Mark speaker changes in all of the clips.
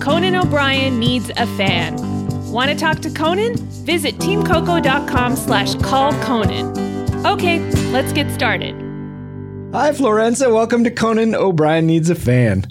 Speaker 1: Conan O'Brien needs a fan. Want to talk to Conan? Visit teamcoco.com slash call Conan. Okay, let's get started.
Speaker 2: Hi, Florenza. Welcome to Conan O'Brien Needs a Fan.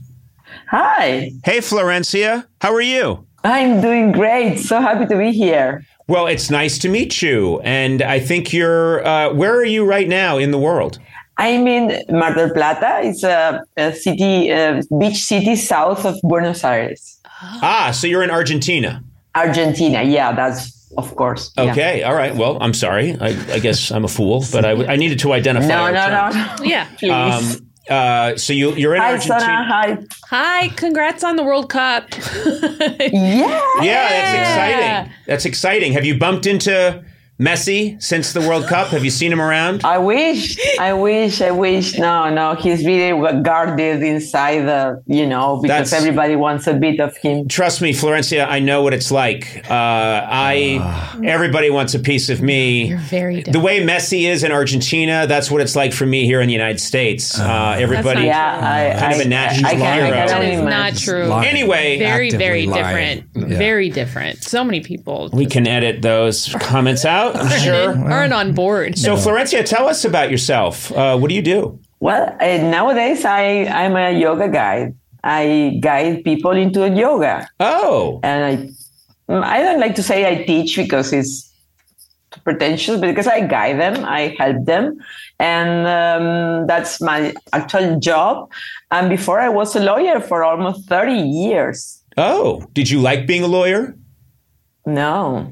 Speaker 3: Hi,
Speaker 4: Hey, Florencia, how are you?
Speaker 3: I'm doing great. So happy to be here.
Speaker 4: Well, it's nice to meet you. And I think you're, uh, where are you right now in the world?
Speaker 3: I'm in Mar del Plata. It's a, a city, a beach city south of Buenos Aires,
Speaker 4: Ah, so you're in Argentina.
Speaker 3: Argentina. Yeah, that's of course. Yeah.
Speaker 4: Okay, all right. Well, I'm sorry. I, I guess I'm a fool, but I, I needed to identify.
Speaker 3: No,
Speaker 4: our
Speaker 3: no,
Speaker 4: term.
Speaker 3: no, no.
Speaker 1: Yeah.
Speaker 3: Please.
Speaker 4: Um, uh, so you, you're in
Speaker 3: hi,
Speaker 4: Argentina.
Speaker 3: Sona. Hi.
Speaker 1: Hi, congrats on the World Cup.
Speaker 3: Yeah.
Speaker 1: Yeah.
Speaker 4: Yeah, that's exciting. That's exciting. Have you bumped into Messi since the World Cup? Have you seen him around?
Speaker 3: I wish, I wish, I wish. No, no, he's really guarded inside the, you know, because
Speaker 4: That's-
Speaker 3: everybody wants a bit of him.
Speaker 4: Trust me, Florencia, I know what it's like. Uh, I everybody wants a piece of me. You're
Speaker 5: very
Speaker 4: the way Messi is in Argentina. That's what it's like for me here in the United States. Uh, everybody.
Speaker 1: not
Speaker 3: Yeah, I,
Speaker 4: Kind
Speaker 3: I,
Speaker 4: of a national
Speaker 3: I, can, I
Speaker 4: hero.
Speaker 3: can
Speaker 5: That
Speaker 3: only
Speaker 5: is not
Speaker 3: imagine.
Speaker 5: true.
Speaker 2: Lying.
Speaker 4: Anyway, uh,
Speaker 5: Very,
Speaker 2: Actively
Speaker 5: very
Speaker 2: lying.
Speaker 5: different.
Speaker 2: Yeah.
Speaker 5: Very different. So many people
Speaker 4: we can edit those comments out. I'm sure.
Speaker 5: aren't on board.
Speaker 4: So, Florencia, tell us about yourself. Uh, what do you do?
Speaker 3: Well, uh, nowadays I I'm a yoga guide. I guide people into yoga,
Speaker 4: Oh,
Speaker 3: and I mm, I don't like to say I teach because it's pretentious, but because I guide them, I help them, and um, that's my actual job. And before I was a lawyer for almost thirty years.
Speaker 4: oh. Did you like being a lawyer?
Speaker 3: No,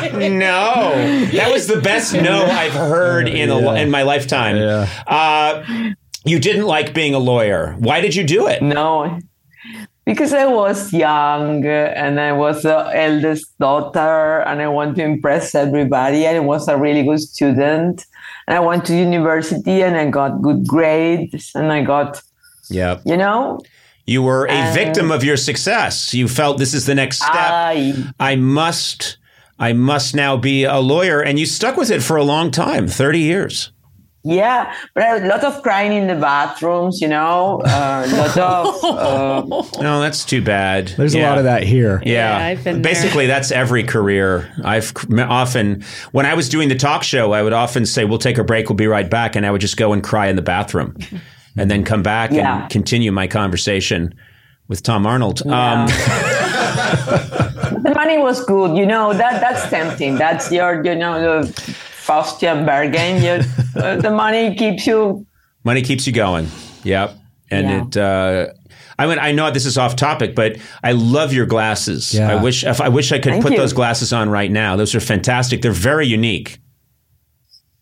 Speaker 4: No, that was the best no I've heard in a, in my lifetime.
Speaker 2: Yeah.
Speaker 4: Uh, you didn't like being a lawyer. Why did you do it?
Speaker 3: no. Because I was young uh, and I was the eldest daughter and I want to impress everybody and I was a really good student. And I went to university and I got good grades and I got,
Speaker 4: Yeah,
Speaker 3: you know,
Speaker 4: you were a victim of your success. You felt this is the next step.
Speaker 3: I,
Speaker 4: I must, I must now be a lawyer, and you stuck with it for a long time, thirty years.
Speaker 3: yeah, but a lot of crying in the bathrooms, you know, a lot of, uh,
Speaker 4: No, that's too bad.
Speaker 2: There's a lot of that here.
Speaker 4: Yeah,
Speaker 5: Yeah, I've been there.
Speaker 4: basically that's every career. I've c- often when I was doing the talk show, I would often say, "We'll take a break. We'll be right back," and I would just go and cry in the bathroom, and then come back
Speaker 3: Yeah.
Speaker 4: and continue my conversation with Tom Arnold. Um,
Speaker 3: the money was good, you know, that that's tempting. That's your, you know, the Faustian bargain. You, uh, the money keeps you
Speaker 4: money keeps you going. Yep, and
Speaker 3: Yeah.
Speaker 4: it. Uh, I mean, I know this is off topic, but I love your glasses.
Speaker 2: Yeah.
Speaker 4: I wish if I wish I could
Speaker 3: Thank
Speaker 4: put
Speaker 3: you.
Speaker 4: those glasses on right now. Those are fantastic. They're very unique.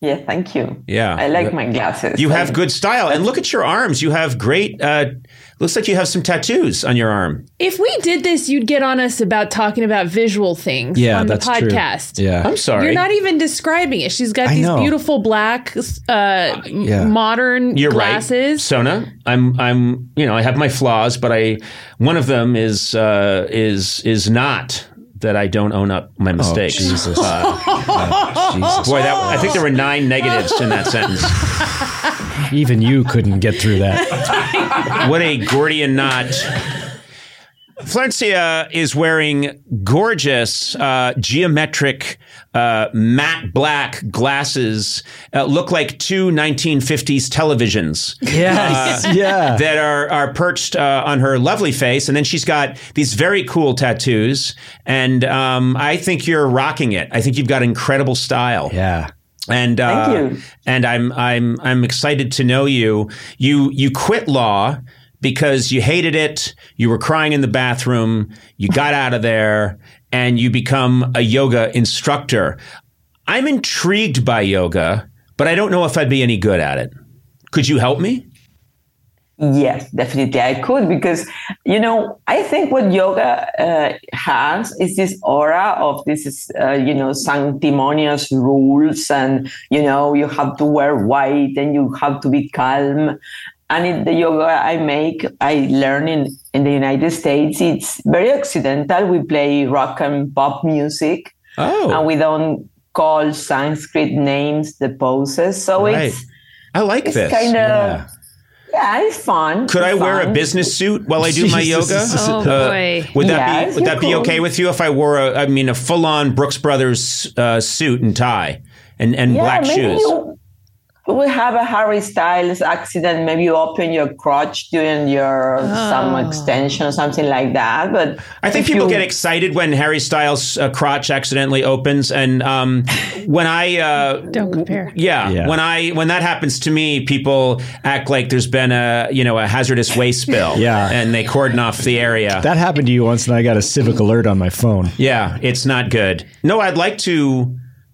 Speaker 3: Yeah, thank you.
Speaker 4: Yeah.
Speaker 3: I like my glasses.
Speaker 4: You have good style, and look at your arms. You have great. Uh, looks like you have some tattoos on your arm.
Speaker 5: If we did this, you'd get on us about talking about visual things on the podcast.
Speaker 2: Yeah.
Speaker 4: I'm sorry.
Speaker 5: You're not even describing it. She's got
Speaker 2: I
Speaker 5: these
Speaker 2: know.
Speaker 5: beautiful black, uh, modern
Speaker 4: You're right,
Speaker 5: glasses.
Speaker 4: Sona. I'm. I'm. You know, I have my flaws, but I. One of them is uh, is is not that I don't own up my mistakes.
Speaker 2: Oh, Jesus.
Speaker 4: Uh,
Speaker 2: Jesus.
Speaker 4: boy, that I think there were nine negatives in that sentence.
Speaker 2: Even you couldn't get through that.
Speaker 4: What a Gordian knot. Florencia is wearing gorgeous uh, geometric uh, matte black glasses, uh, look like two 1950s televisions
Speaker 2: Yes. yeah.
Speaker 4: that are are perched uh, on her lovely face, and then she's got these very cool tattoos. And um, I think you're rocking it. I think you've got incredible style.
Speaker 2: yeah.
Speaker 4: And uh,
Speaker 3: Thank you.
Speaker 4: and I'm I'm I'm excited to know you. You you quit law because you hated it. You were crying in the bathroom. You got out of there, and you become a yoga instructor. I'm intrigued by yoga, but I don't know if I'd be any good at it. Could you help me?
Speaker 3: Yes, definitely I could because you know I think what yoga uh, has is this aura of this uh, you know sanctimonious rules and you know you have to wear white and you have to be calm. And in the yoga I make, I learn in, in the United States, it's very occidental. We play rock and pop music.
Speaker 4: Oh,
Speaker 3: and we don't call Sanskrit names the poses. So
Speaker 4: Right.
Speaker 3: it's
Speaker 4: I like
Speaker 3: it's
Speaker 4: this.
Speaker 3: kind of
Speaker 2: Yeah.
Speaker 3: Yeah, it's fun.
Speaker 4: Could
Speaker 3: It's
Speaker 4: I wear a
Speaker 3: fun.
Speaker 4: business suit while I do my yoga?
Speaker 2: Jesus.
Speaker 5: Oh
Speaker 4: Uh,
Speaker 5: boy.
Speaker 4: would that
Speaker 3: Yes,
Speaker 4: be would
Speaker 3: you're
Speaker 4: that be
Speaker 3: cool.
Speaker 4: okay with you if I wore a I mean a full on Brooks Brothers uh, suit and tie and and
Speaker 3: Yeah,
Speaker 4: black
Speaker 3: maybe
Speaker 4: shoes?
Speaker 3: You, we have a Harry Styles accident. Maybe you open your crotch during your some extension or something like that. But
Speaker 4: Oh. I think
Speaker 3: if
Speaker 4: people
Speaker 3: you-
Speaker 4: get excited when Harry Styles' uh, crotch accidentally opens, and um, when I uh,
Speaker 5: Don't compare.
Speaker 4: Yeah,
Speaker 2: Yeah.
Speaker 4: when I when that happens to me, people act like there's been a you know a hazardous waste spill.
Speaker 2: Yeah.
Speaker 4: and they cordon off the area.
Speaker 2: That happened to you once, and I got a civic alert on my phone.
Speaker 4: yeah, it's not good. No, I'd like to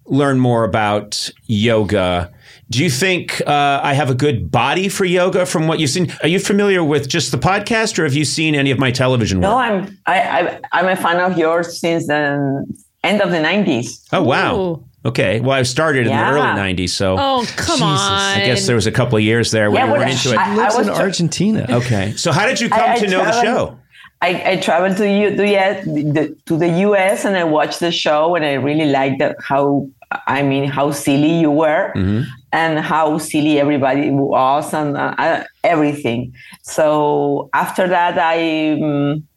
Speaker 4: learn more about yoga. Do you think uh, I have a good body for yoga? From what you've seen, are you familiar with just the podcast, or have you seen any of my television
Speaker 3: No,
Speaker 4: work?
Speaker 3: I'm I, I I'm a fan of yours since the end of the nineties.
Speaker 4: Oh wow.
Speaker 5: Ooh.
Speaker 4: Okay. Well, I started in
Speaker 3: Yeah.
Speaker 4: the early '90s, so
Speaker 5: Oh, come on.
Speaker 4: I guess there was a couple of years there where
Speaker 3: Yeah,
Speaker 4: you
Speaker 3: but
Speaker 4: weren't into it.
Speaker 3: I-
Speaker 2: Lives in
Speaker 3: was-
Speaker 2: Argentina.
Speaker 4: okay. So how did you come
Speaker 3: I- I
Speaker 4: to know the
Speaker 3: traveled-
Speaker 4: show?
Speaker 3: I, I traveled to U, to, yes, the, to the U.S. and I watched the show, and I really liked that how I mean how silly you were,
Speaker 4: Mm-hmm.
Speaker 3: and how silly everybody was, and uh, uh, everything. So after that, I um,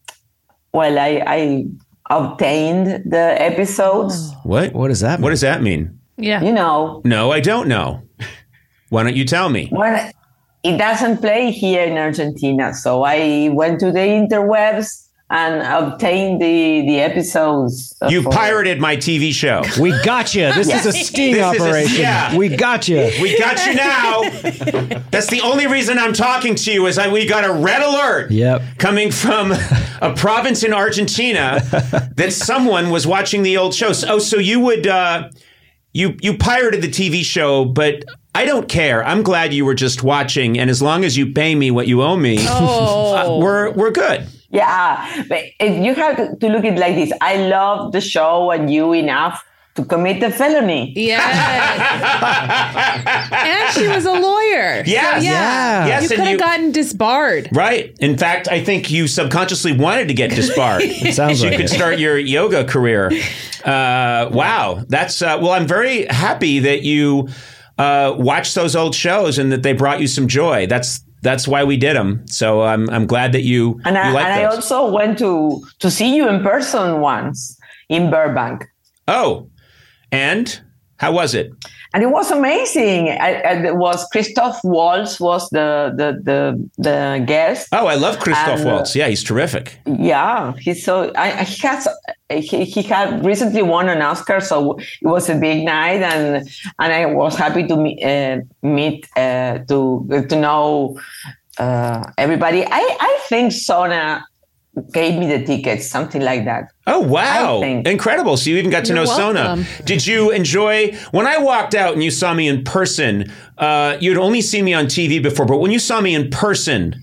Speaker 3: well, I, I obtained the episodes.
Speaker 4: What?
Speaker 2: What does that mean?
Speaker 4: What does that mean?
Speaker 5: Yeah.
Speaker 4: Mm.
Speaker 3: You know,
Speaker 4: No, I don't know. Why don't you tell me?
Speaker 3: when it doesn't play here in Argentina, so I went to the interwebs and obtained the the episodes. uh,
Speaker 4: You
Speaker 3: for-
Speaker 4: pirated my TV show.
Speaker 2: We got you. This is a sting
Speaker 4: This is a-
Speaker 2: operation.
Speaker 4: yeah.
Speaker 2: We got you.
Speaker 4: We got you now. That's the only reason I'm talking to you is that we got a red alert.
Speaker 2: Yep.
Speaker 4: Coming from a province in Argentina that someone was watching the old show. So- Oh, so you would uh, you you pirated the TV show, but I don't care. I'm glad you were just watching, and as long as you pay me what you owe me,
Speaker 5: Oh.
Speaker 4: we're we're good.
Speaker 3: Yeah, but it, you have to look at it like this. I love the show and you enough to commit a felony.
Speaker 5: Yes. and she was a lawyer.
Speaker 4: Yes.
Speaker 5: So,
Speaker 2: Yeah.
Speaker 5: yeah.
Speaker 4: Yes,
Speaker 5: You could
Speaker 4: and you-
Speaker 5: have gotten disbarred.
Speaker 4: Right. In fact, I think you subconsciously wanted to get disbarred. you
Speaker 2: Sounds like
Speaker 4: could
Speaker 2: it.
Speaker 4: start your yoga career. Uh, wow. That's, uh, well, I'm very happy that you uh, watched those old shows and that they brought you some joy. That's, that's why we did them. So I'm, I'm glad that you,
Speaker 3: And, I,
Speaker 4: you like
Speaker 3: and I
Speaker 4: those.
Speaker 3: also went to, to see you in person once in Burbank.
Speaker 4: oh, and how was it?
Speaker 3: And it was amazing. I, I, it was Christoph Waltz was the, the, the, the guest.
Speaker 4: Oh, I love Christoph
Speaker 3: Um,
Speaker 4: Waltz. Yeah, he's terrific.
Speaker 3: Yeah, he's so I, I- he has he, he had recently won an Oscar, so it was a big night, and and I was happy to meet uh, meet uh, to to know uh, everybody. I I think Sona gave me the tickets, something like that.
Speaker 4: Oh wow!
Speaker 3: I think.
Speaker 4: Incredible. So you even got to
Speaker 5: You're
Speaker 4: know
Speaker 5: welcome.
Speaker 4: Sona. Did you enjoy when I walked out and you saw me in person? Uh, you'd only seen me on TV before, but when you saw me in person,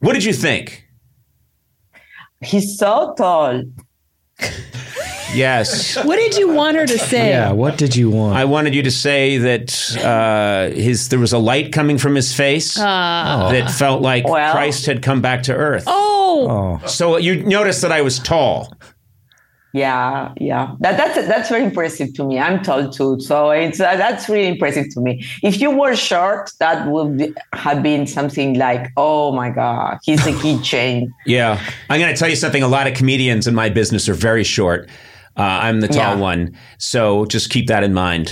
Speaker 4: what did you think?
Speaker 3: He's so tall.
Speaker 4: Yes,
Speaker 5: What did you want her to say?
Speaker 2: Yeah.
Speaker 4: Oh.
Speaker 2: What did you want?
Speaker 4: I wanted you to say that uh, his there was a light coming from his face
Speaker 5: Uh,
Speaker 4: that felt like
Speaker 3: Well.
Speaker 4: Christ had come back to earth.
Speaker 5: Oh.
Speaker 2: oh.
Speaker 4: So you noticed that I was tall.
Speaker 3: Yeah, yeah. That that's that's very impressive to me. I'm tall too, so it's uh, that's really impressive to me. If you were short, that would be, have been something like, "Oh my God, he's a keychain."
Speaker 4: Yeah. I'm going to tell you something. A lot of comedians in my business are very short. Uh, I'm the tall
Speaker 3: Yeah.
Speaker 4: one. So just keep that in mind.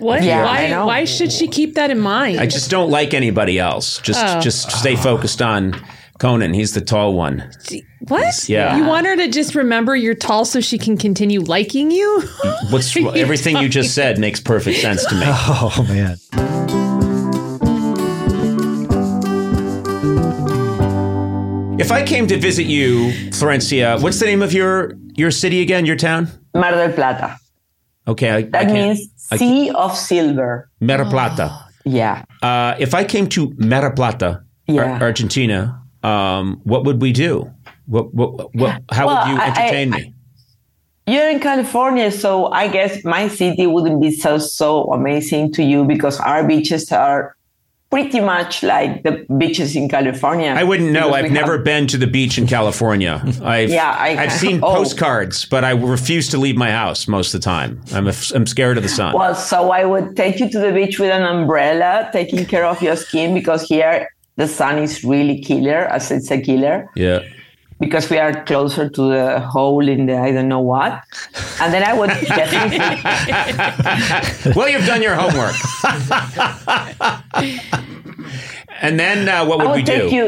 Speaker 5: What?
Speaker 3: Yeah, I
Speaker 5: why,
Speaker 3: know.
Speaker 5: why should she keep that in mind?
Speaker 4: I just don't like anybody else. Just
Speaker 5: Oh.
Speaker 4: just stay focused on Conan. He's the tall one.
Speaker 5: what?
Speaker 4: Yeah.
Speaker 5: You want her to just remember you're tall so she can continue liking you?
Speaker 4: What's everything you just said makes perfect sense to me.
Speaker 2: Oh man.
Speaker 4: If I came to visit you, Florencia, what's the name of your your city again? Your town?
Speaker 3: Mar del Plata.
Speaker 4: Okay, I, I
Speaker 3: That
Speaker 4: can't.
Speaker 3: means sea of silver.
Speaker 4: Mera Plata.
Speaker 3: Yeah.
Speaker 4: Uh, if I came to Mera Plata, Ar-
Speaker 3: Yeah.
Speaker 4: Argentina, um, what would we do? What, what, what, how
Speaker 3: Well,
Speaker 4: would you
Speaker 3: I- I-
Speaker 4: entertain me?
Speaker 3: You're in California, so I guess my city wouldn't be so so amazing to you because our beaches are pretty much like the beaches in California.
Speaker 4: I wouldn't know.
Speaker 3: Because
Speaker 4: I've
Speaker 3: we
Speaker 4: never
Speaker 3: have-
Speaker 4: been to the beach in California. I've,
Speaker 3: Yeah, I-
Speaker 4: have seen
Speaker 3: oh.
Speaker 4: postcards, but I refuse to leave my house most of the time. I'm, a, I'm scared of the sun.
Speaker 3: Well, so I would take you to the beach with an umbrella, taking care of your skin because here the sun is really killer, as it's a killer,
Speaker 4: Yeah.
Speaker 3: because we are closer to the hole in the I don't know what. And then I would definitely
Speaker 4: Well, you've done your homework. and then uh, what
Speaker 3: I
Speaker 4: would we
Speaker 3: would
Speaker 4: do?
Speaker 3: take Oh, you.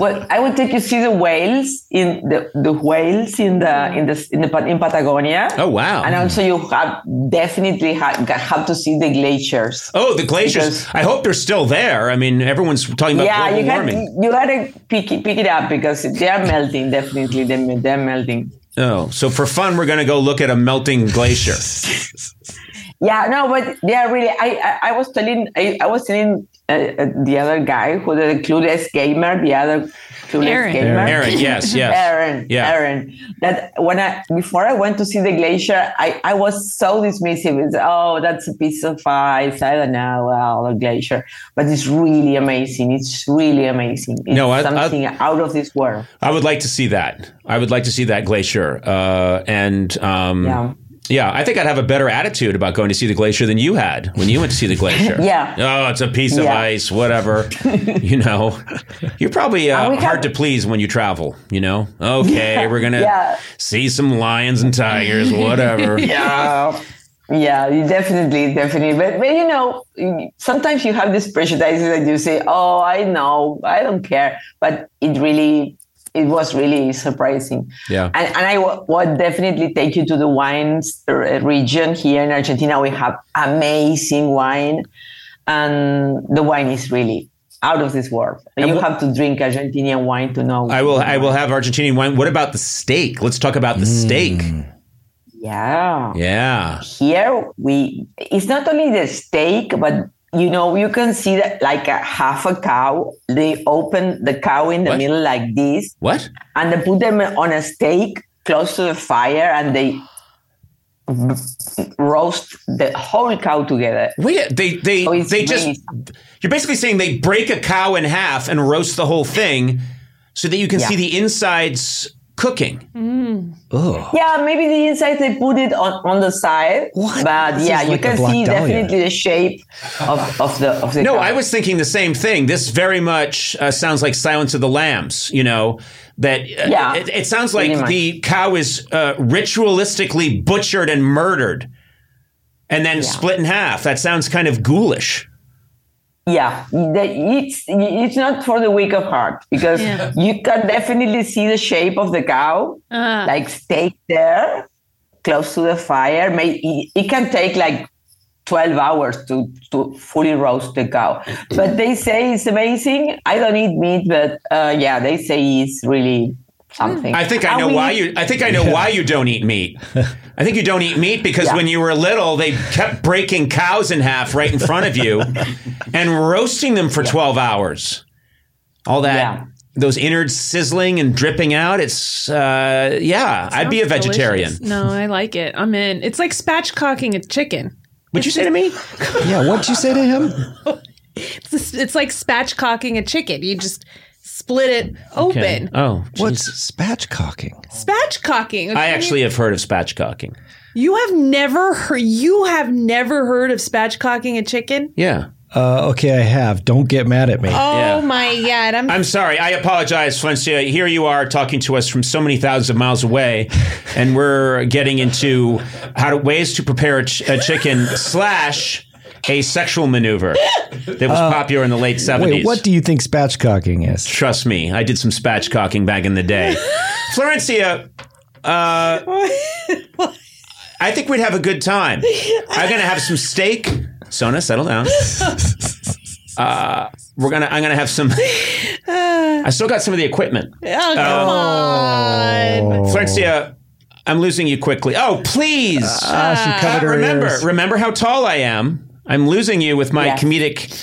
Speaker 3: well, I would take you see the whales in the, the whales in the in the in the Pat- in Patagonia.
Speaker 4: Oh, wow.
Speaker 3: And also you have definitely have, have to see the glaciers.
Speaker 4: Oh, the glaciers.
Speaker 3: Because-
Speaker 4: I hope they're still there. I mean, everyone's talking about
Speaker 3: yeah,
Speaker 4: global
Speaker 3: you got
Speaker 4: warming.
Speaker 3: you gotta pick it, pick it up because they are melting. Definitely, they they're melting.
Speaker 4: Oh, so for fun, we're going to go look at a melting glacier.
Speaker 3: Yeah, no, but they are really. I I, I was telling I, I was telling uh, uh, the other guy who the clueless gamer, the other clueless
Speaker 5: Aaron.
Speaker 3: gamer.
Speaker 4: Aaron, yes, yes.
Speaker 3: Aaron,
Speaker 4: Yeah.
Speaker 3: Aaron. That when I before I went to see the glacier, I, I was so dismissive. It's oh, that's a piece of ice. I don't know, well, a glacier, but it's really amazing. It's really amazing. It's
Speaker 4: No, I- I-
Speaker 3: something out of this world.
Speaker 4: I would like to see that. I would like to see that glacier. Uh, and um,
Speaker 3: Yeah.
Speaker 4: yeah. I think I'd have a better attitude about going to see the glacier than you had when you went to see the glacier.
Speaker 3: Yeah.
Speaker 4: Oh, it's a piece of
Speaker 3: Yeah.
Speaker 4: ice, whatever. you know, you're probably uh,
Speaker 3: And we
Speaker 4: hard
Speaker 3: have-
Speaker 4: to please when you travel, you know? Okay, we're going to
Speaker 3: Yeah.
Speaker 4: see some lions and tigers, whatever.
Speaker 3: Yeah. Yeah, you definitely, definitely. But, but you know, sometimes you have this prejudice that you say, "Oh, I know, I don't care," but it really, it was really surprising.
Speaker 4: Yeah.
Speaker 3: and, and I w- would definitely take you to the wines uh, region here in Argentina. We have amazing wine, and the wine is really out of this world. you have to drink Argentinian wine to know.
Speaker 4: I will. I will have Argentinian wine. What about the steak? Let's talk about the
Speaker 3: Mm.
Speaker 4: steak.
Speaker 3: Yeah.
Speaker 4: Yeah.
Speaker 3: here we it's not only the steak but you know you can see that like a half a cow they open the cow in the
Speaker 4: What?
Speaker 3: middle like this
Speaker 4: What?
Speaker 3: and they put them on a steak close to the fire and they roast the whole cow together
Speaker 4: Wait. They. They.
Speaker 3: Oh, it's
Speaker 4: they just.
Speaker 3: amazing.
Speaker 4: You're basically saying they break a cow in half and roast the whole thing, so that you can
Speaker 3: Yeah. Mm-hmm.
Speaker 4: see the insides cooking.
Speaker 3: yeah maybe the inside they put it on, on the side
Speaker 2: What?
Speaker 3: but
Speaker 2: This
Speaker 3: yeah
Speaker 2: is
Speaker 3: you
Speaker 2: like a
Speaker 3: can
Speaker 2: Black
Speaker 3: see
Speaker 2: Dahlia.
Speaker 3: definitely the shape of, of the of the
Speaker 4: No,
Speaker 3: cow.
Speaker 4: I was thinking the same thing. This very much uh, sounds like Silence of the Lambs. You know that. Uh,
Speaker 3: Yeah.
Speaker 4: It, it sounds like
Speaker 3: Pretty much.
Speaker 4: the cow is uh, ritualistically butchered and murdered, and then split in half. That sounds kind of ghoulish.
Speaker 3: Yeah, the, it's it's not for the weak of heart because
Speaker 5: Yeah.
Speaker 3: you can definitely see the shape of the cow,
Speaker 5: Ah.
Speaker 3: like steak there, close to the fire. May, it, it can take like twelve hours to to fully roast the cow, but they say it's amazing. I don't eat meat, but uh, yeah, they say it's really something.
Speaker 4: I think I
Speaker 3: And
Speaker 4: know
Speaker 3: we-
Speaker 4: why you. I think I know why you don't eat meat. I think you don't eat meat because
Speaker 3: Yeah.
Speaker 4: when you were little, they kept breaking cows in half right in front of you and roasting them for twelve hours. All that,
Speaker 3: Yeah.
Speaker 4: those innards sizzling and dripping out. It's uh, yeah. I'd be a
Speaker 5: Sounds
Speaker 4: vegetarian.
Speaker 5: delicious. No, I like it. I'm in. It's like spatchcocking a chicken.
Speaker 4: Would you say to me?
Speaker 2: Yeah, what'd you say to him?
Speaker 5: It's, it's like spatchcocking a chicken. You just split it open.
Speaker 4: Oh, geez.
Speaker 2: What's spatchcocking?
Speaker 5: Spatchcocking.
Speaker 4: I actually have heard of spatchcocking.
Speaker 5: You have never heard. You have never heard of spatchcocking a chicken.
Speaker 4: Yeah.
Speaker 2: Uh, okay, I have. Don't get mad at me.
Speaker 5: Oh
Speaker 4: Yeah.
Speaker 5: my god! I'm. oh,
Speaker 4: I'm sorry. I apologize, Flencia. Here you are talking to us from so many thousands of miles away, and we're getting into how to ways to prepare a, ch- a chicken slash a sexual maneuver that was popular in the late 70s.
Speaker 2: Uh, Wait, what do you think spatchcocking is?
Speaker 4: Trust me, I did some spatchcocking back in the day. Florencia, uh, I think we'd have a good time. I'm gonna have some steak. Sona, settle down. Uh, we're gonna. I'm gonna have some. I still got some of the equipment.
Speaker 5: oh come
Speaker 4: Oh.
Speaker 5: on!
Speaker 4: Florencia, I'm losing you quickly. Oh, please.
Speaker 6: Uh,
Speaker 4: Uh,
Speaker 2: Ah, she covered her
Speaker 4: remember,
Speaker 2: ears.
Speaker 4: remember how tall I am. I'm losing you with my
Speaker 3: Yes.
Speaker 4: comedic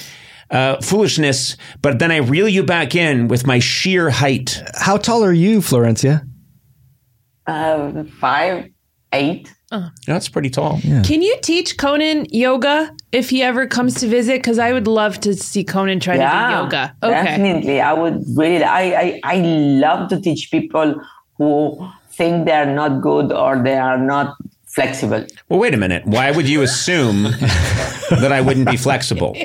Speaker 4: uh, foolishness, but then I reel you back in with my sheer height.
Speaker 2: How tall are you, Florencia?
Speaker 3: uh, five, eight.
Speaker 4: That's pretty tall.
Speaker 5: Can you teach Conan yoga if he ever comes to visit? Because I would love to see Conan try to do yoga. Okay.
Speaker 3: Definitely. I would really I, I I love to teach people who think they're not good or they are not flexible.
Speaker 4: Well, wait a minute. Why would you assume that I wouldn't be flexible?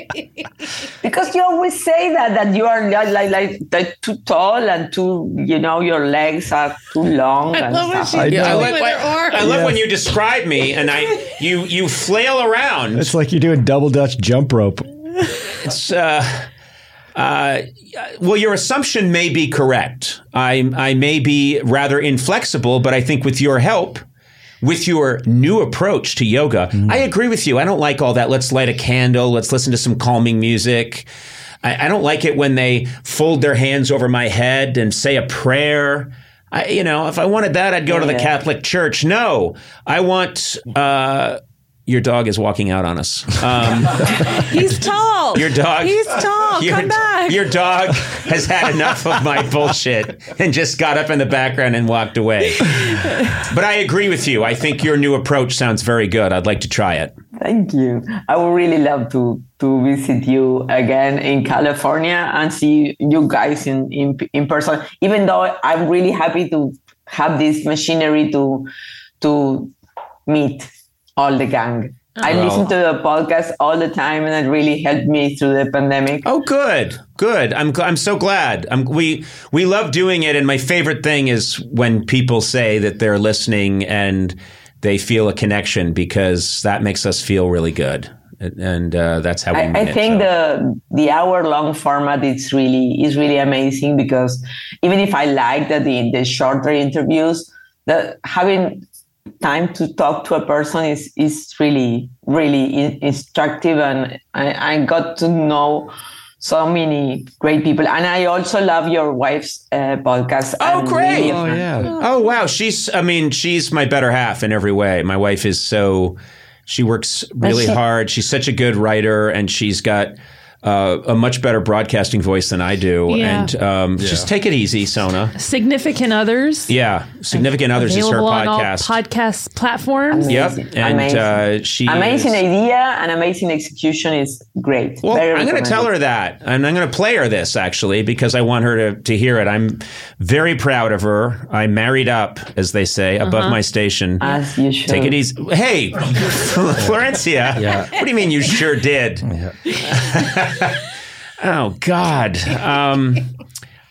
Speaker 3: Because you always say that that you are like like, like, like too tall and too you know your legs are too long.
Speaker 5: I
Speaker 3: and
Speaker 5: love when
Speaker 3: stuff
Speaker 5: she
Speaker 3: like
Speaker 5: goes
Speaker 2: know. I
Speaker 5: with
Speaker 2: like
Speaker 5: her arm.
Speaker 4: I love when you describe me and I you you flail around.
Speaker 2: It's like you're doing double Dutch jump rope.
Speaker 4: It's, uh, uh, well, your assumption may be correct. I I may be rather inflexible, but I think with your help. With your new approach to yoga, I agree with you. I don't like all that. Let's light a candle. Let's listen to some calming music. I, I don't like it when they fold their hands over my head and say a prayer. I, you know, if I wanted that, I'd go to the
Speaker 3: Yeah.
Speaker 4: Catholic Church. No, I want. Uh, your dog is walking out on us. Um,
Speaker 5: He's tall.
Speaker 4: your dog.
Speaker 5: He's tall.
Speaker 4: Your,
Speaker 5: Oh, Come back.
Speaker 4: Your dog has had enough of my bullshit and just got up in the background and walked away. but I agree with you. I think your new approach sounds very good. I'd like to try it.
Speaker 3: Thank you. I would really love to to visit you again in California and see you guys in in, in person. Even though I'm really happy to have this machinery to to meet all the gang. I
Speaker 4: Wow.
Speaker 3: listen to the podcast all the time, and it really helped me through the pandemic.
Speaker 4: Oh, good, good. I'm gl- I'm so glad. I'm, we we love doing it, and my favorite thing is when people say that they're listening and they feel a connection because that makes us feel really good, and, and uh, that's how we.
Speaker 3: I,
Speaker 4: mean
Speaker 3: I
Speaker 4: it,
Speaker 3: think
Speaker 4: so.
Speaker 3: the the hour long format is really is really amazing because even if I like that the the shorter interviews, the having time to talk to a person is is really really in, instructive and I, I got to know so many great people and I also love your wife's uh, podcast.
Speaker 4: Oh,
Speaker 3: and
Speaker 4: great.
Speaker 3: really-
Speaker 4: Oh,
Speaker 2: yeah.
Speaker 4: Oh wow, she's I mean, she's my better half in every way. My wife is so she works really
Speaker 3: she-
Speaker 4: hard. She's such a good writer and she's got uh, a much better broadcasting voice than I do,
Speaker 5: Yeah.
Speaker 4: and um, just take it easy, Sona.
Speaker 5: Significant others.
Speaker 4: Yeah, significant others is her
Speaker 5: Available on all
Speaker 4: podcast.
Speaker 5: podcast platforms.
Speaker 4: yep, and
Speaker 3: Amazing.
Speaker 4: Uh, she
Speaker 3: Amazing
Speaker 4: is-
Speaker 3: idea and amazing execution is great.
Speaker 4: Well,
Speaker 3: Very
Speaker 4: I'm going to
Speaker 3: recommended.
Speaker 4: tell her that, and I'm going to play her this actually because I want her to, to hear it. I'm very proud of her. I married up, as they say,
Speaker 5: Uh-huh.
Speaker 4: above my station.
Speaker 3: as you should.
Speaker 4: Take it easy. Hey, Florencia. What do you mean you sure did? oh, God. Um,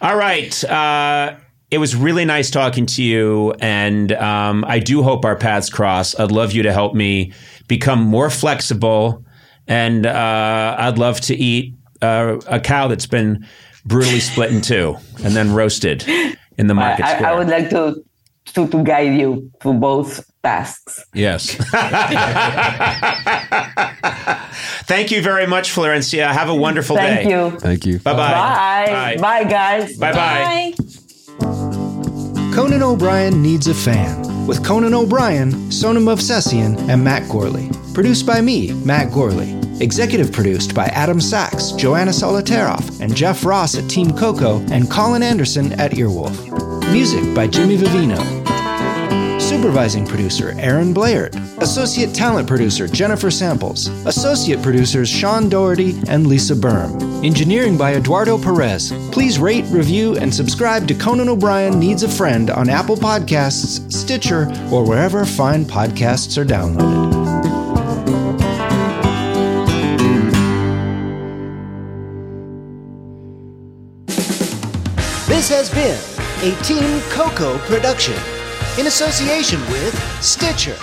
Speaker 4: all right. Uh, it was really nice talking to you. And um, I do hope our paths cross. I'd love you to help me become more flexible. And uh, I'd love to eat uh, a cow that's been brutally split in two and then roasted in the market
Speaker 3: I,
Speaker 4: square.
Speaker 3: I would like to, to to guide you to both tasks.
Speaker 4: Yes. Thank you very much, Florencia. Have a wonderful
Speaker 3: Thank
Speaker 4: day.
Speaker 3: you.
Speaker 6: Thank you.
Speaker 4: Bye-bye.
Speaker 3: Bye.
Speaker 4: Bye.
Speaker 3: Bye, guys.
Speaker 4: Bye bye.
Speaker 2: Conan O'Brien Needs a Fan with Conan O'Brien, Sonam Movsesian, and Matt Gorley. Produced by me, Matt Gorley. Executive produced by Adam Sachs, Joanna Solotaroff, and Jeff Ross at Team Coco, and Colin Anderson at Earwolf. Music by Jimmy Vivino. Supervising producer Aaron Blair. Associate talent producer Jennifer Samples. Associate producers Sean Doherty and Lisa Berm. Engineering by Eduardo Perez. Please rate, review, and subscribe to Conan O'Brien Needs a Friend on Apple Podcasts, Stitcher, or wherever fine podcasts are downloaded. This has been a Team Coco production in association with Stitcher.